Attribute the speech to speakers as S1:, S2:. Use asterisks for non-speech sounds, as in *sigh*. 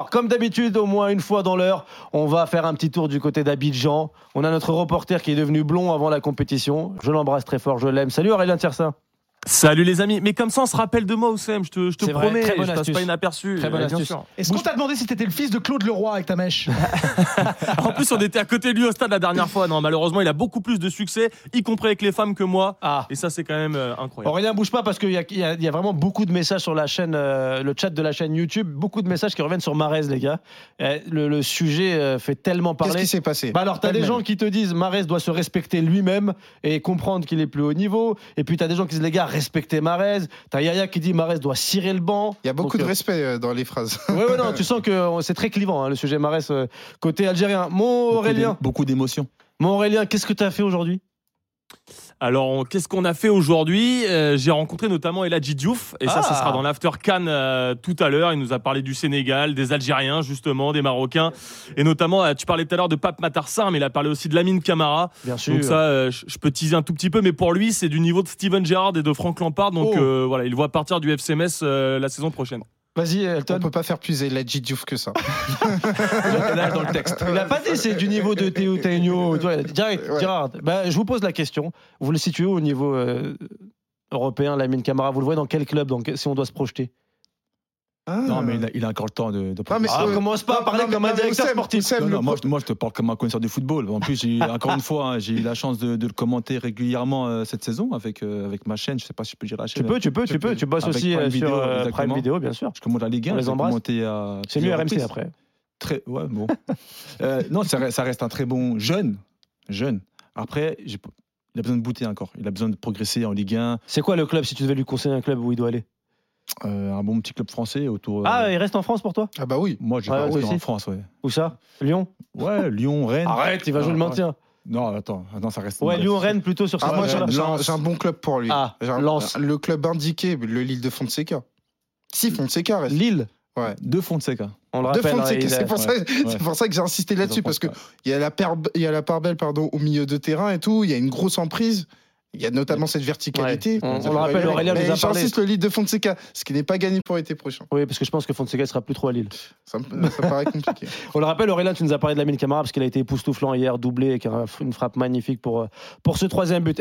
S1: Alors, comme d'habitude, au moins une fois dans l'heure, on va faire un petit tour du côté d'Abidjan. On a notre reporter qui est devenu blond avant la compétition. Je l'embrasse très fort, je l'aime. Salut Aurélien Tiersin.
S2: Salut les amis, mais comme ça on se rappelle de moi Oussem, je te, je te
S1: C'est vrai,
S2: promets,
S1: très bonne
S2: je passe
S1: astuce.
S2: pas inaperçu.
S1: Très bonne
S2: bien
S1: astuce.
S2: sûr. *laughs*
S3: Est-ce qu'on t'a demandé si t'étais le fils de Claude Leroy avec ta mèche
S2: En plus on était à côté de lui au stade la dernière fois, non malheureusement il a beaucoup plus de succès, y compris avec les femmes que moi,
S1: *laughs* Ah.
S2: et ça c'est quand même euh, incroyable.
S1: Aurélien, bouge pas parce qu'il y, a- il y a il y a vraiment beaucoup de messages sur la chaîne, euh, le chat de la chaîne YouTube, beaucoup de messages qui reviennent sur Marez, les gars. Euh, le, le sujet euh, fait tellement
S4: Qu'est-ce
S1: parler.
S4: qui s'est passé
S1: Bah alors, t'as des
S4: Pêle-mêle.
S1: gens qui te disent Marez doit se respecter lui-même et comprendre qu'il est plus haut niveau. Et puis, t'as des gens qui disent les gars, respectez Marez. T'as Yaya qui dit Marez doit cirer le banc.
S4: Il y a beaucoup
S1: Donc,
S4: de
S1: euh,
S4: respect euh, dans les phrases.
S1: *laughs* Ouais, ouais, non, tu sens que euh, c'est très clivant, hein, le sujet Marès euh, côté algérien. Mon Aurélien,
S5: Beaucoup d'émotions.
S1: mon Aurélien, qu'est-ce que tu as fait aujourd'hui
S2: Alors on- qu'est-ce qu'on a fait aujourd'hui Euh, J'ai rencontré notamment Eladji Diouf, et ça
S1: Ah.
S2: ce sera dans l'After Cannes euh, tout à l'heure, il nous a parlé du Sénégal, des Algériens justement, des Marocains, et notamment euh, tu parlais tout à l'heure de Pape Matarsin, mais il a parlé aussi de Lamine Camara,
S1: Bien sûr.
S2: Donc ça, euh, je je peux teaser un tout petit peu, mais pour lui, c'est du niveau de Steven Gerrard et de Frank Lampard. Donc
S1: Oh.
S2: euh, voilà, il voit partir du FCMS euh, la saison prochaine.
S1: Vas-y,
S4: On
S1: Elton.
S4: peut pas faire plus Eladji
S1: *laughs*
S4: Diouf que ça.
S1: dans le texte. Il a pas dit c'est du niveau de Théo Tegno. tu vois, il a dit Direct,
S4: Ouais.
S1: Gerrard. Bah, je vous pose la question. Vous le situez où au niveau euh, européen, Lamine Camara Vous le voyez dans quel club dans quel- Si on doit se projeter.
S4: Ah.
S5: Non, mais il a, il a encore le temps de, de
S4: Euh. mais
S1: Ah,
S4: c'est-
S1: on commence pas à
S4: non,
S1: parler
S4: non,
S1: comme
S4: mais-
S1: un
S4: non, mais
S1: directeur
S4: Oussem,
S1: sportif.
S4: Oussem,
S5: Non,
S4: le
S5: non, moi, je- moi, je te parle comme un connaisseur du football. En plus,
S4: *laughs*
S5: j'ai- encore une fois, hein, j'ai eu la chance de, de le commenter régulièrement euh, cette saison avec, euh, avec ma chaîne. Je sais pas si je peux dire la
S1: Tu
S5: chaîne. hein.
S1: peux, tu peux, tu peux. Tu bosses
S5: Avec
S1: aussi
S5: Prime
S1: euh, sur
S5: Video,
S1: euh, Prime
S5: exactement.
S1: Video, bien sûr.
S5: Je commente la Ligue 1.
S1: On les
S5: je l'ai
S1: embrasse.
S5: commenté à
S1: C'est mieux
S5: plusieurs
S1: RMC
S5: reprises.
S1: après.
S5: Très, ouais, bon. Euh, non, ça reste, ça reste un très bon jeune. Jeune. Après, j'ai p- il a besoin de booter encore. Il a besoin de progresser en Ligue 1.
S1: C'est quoi le club si tu devais lui conseiller un club où il doit aller
S5: Euh, un bon petit club français autour. euh,
S1: Ah, il reste en France pour toi
S4: Ah bah oui.
S5: moi, je
S1: ouais,
S5: vais
S1: toi aussi.
S5: en France, ouais.
S1: Où ça Lyon
S5: Ouais, Lyon, Rennes.
S1: Arrête, il va jouer le
S5: Ah,
S1: maintien.
S5: Non, attends, attends, ça reste.
S1: Ouais, Lyon-Rennes plutôt sur
S4: Ah,
S1: cette
S4: moi, j'ai
S1: page-là.
S4: un- j'ai un,
S5: Lens.
S4: j'ai un bon club pour lui.
S1: Ah,
S4: J'ai un-
S1: Lens.
S4: Le club indiqué, le Lille de Fonseca. Si, Fonseca reste.
S1: Lille,
S4: Ouais.
S5: De Fonseca.
S1: on le
S4: De
S1: rappelle. hein,
S4: Fonseca,
S1: il a-
S4: c'est pour, ça- c'est pour ça que j'ai insisté là-dessus, parce qu'il y a la, part- il y a la part belle pardon, au milieu de terrain et tout, il y a une grosse emprise. Il y a notamment cette verticalité.
S1: Ouais. On- on le rappelle, Aurélien
S4: Mais
S1: nous a parlé.
S4: J'insiste, le Lille de Fonseca, ce qui n'est pas gagné pour l'été prochain.
S1: Oui, parce que je pense que Fonseca sera plus trop à Lille.
S4: Ça me- ça me paraît compliqué.
S1: On le rappelle, Aurélien, tu nous as parlé de la mine Camara parce qu'il a été époustouflant hier, doublé avec un- une frappe magnifique pour, euh, pour ce troisième but.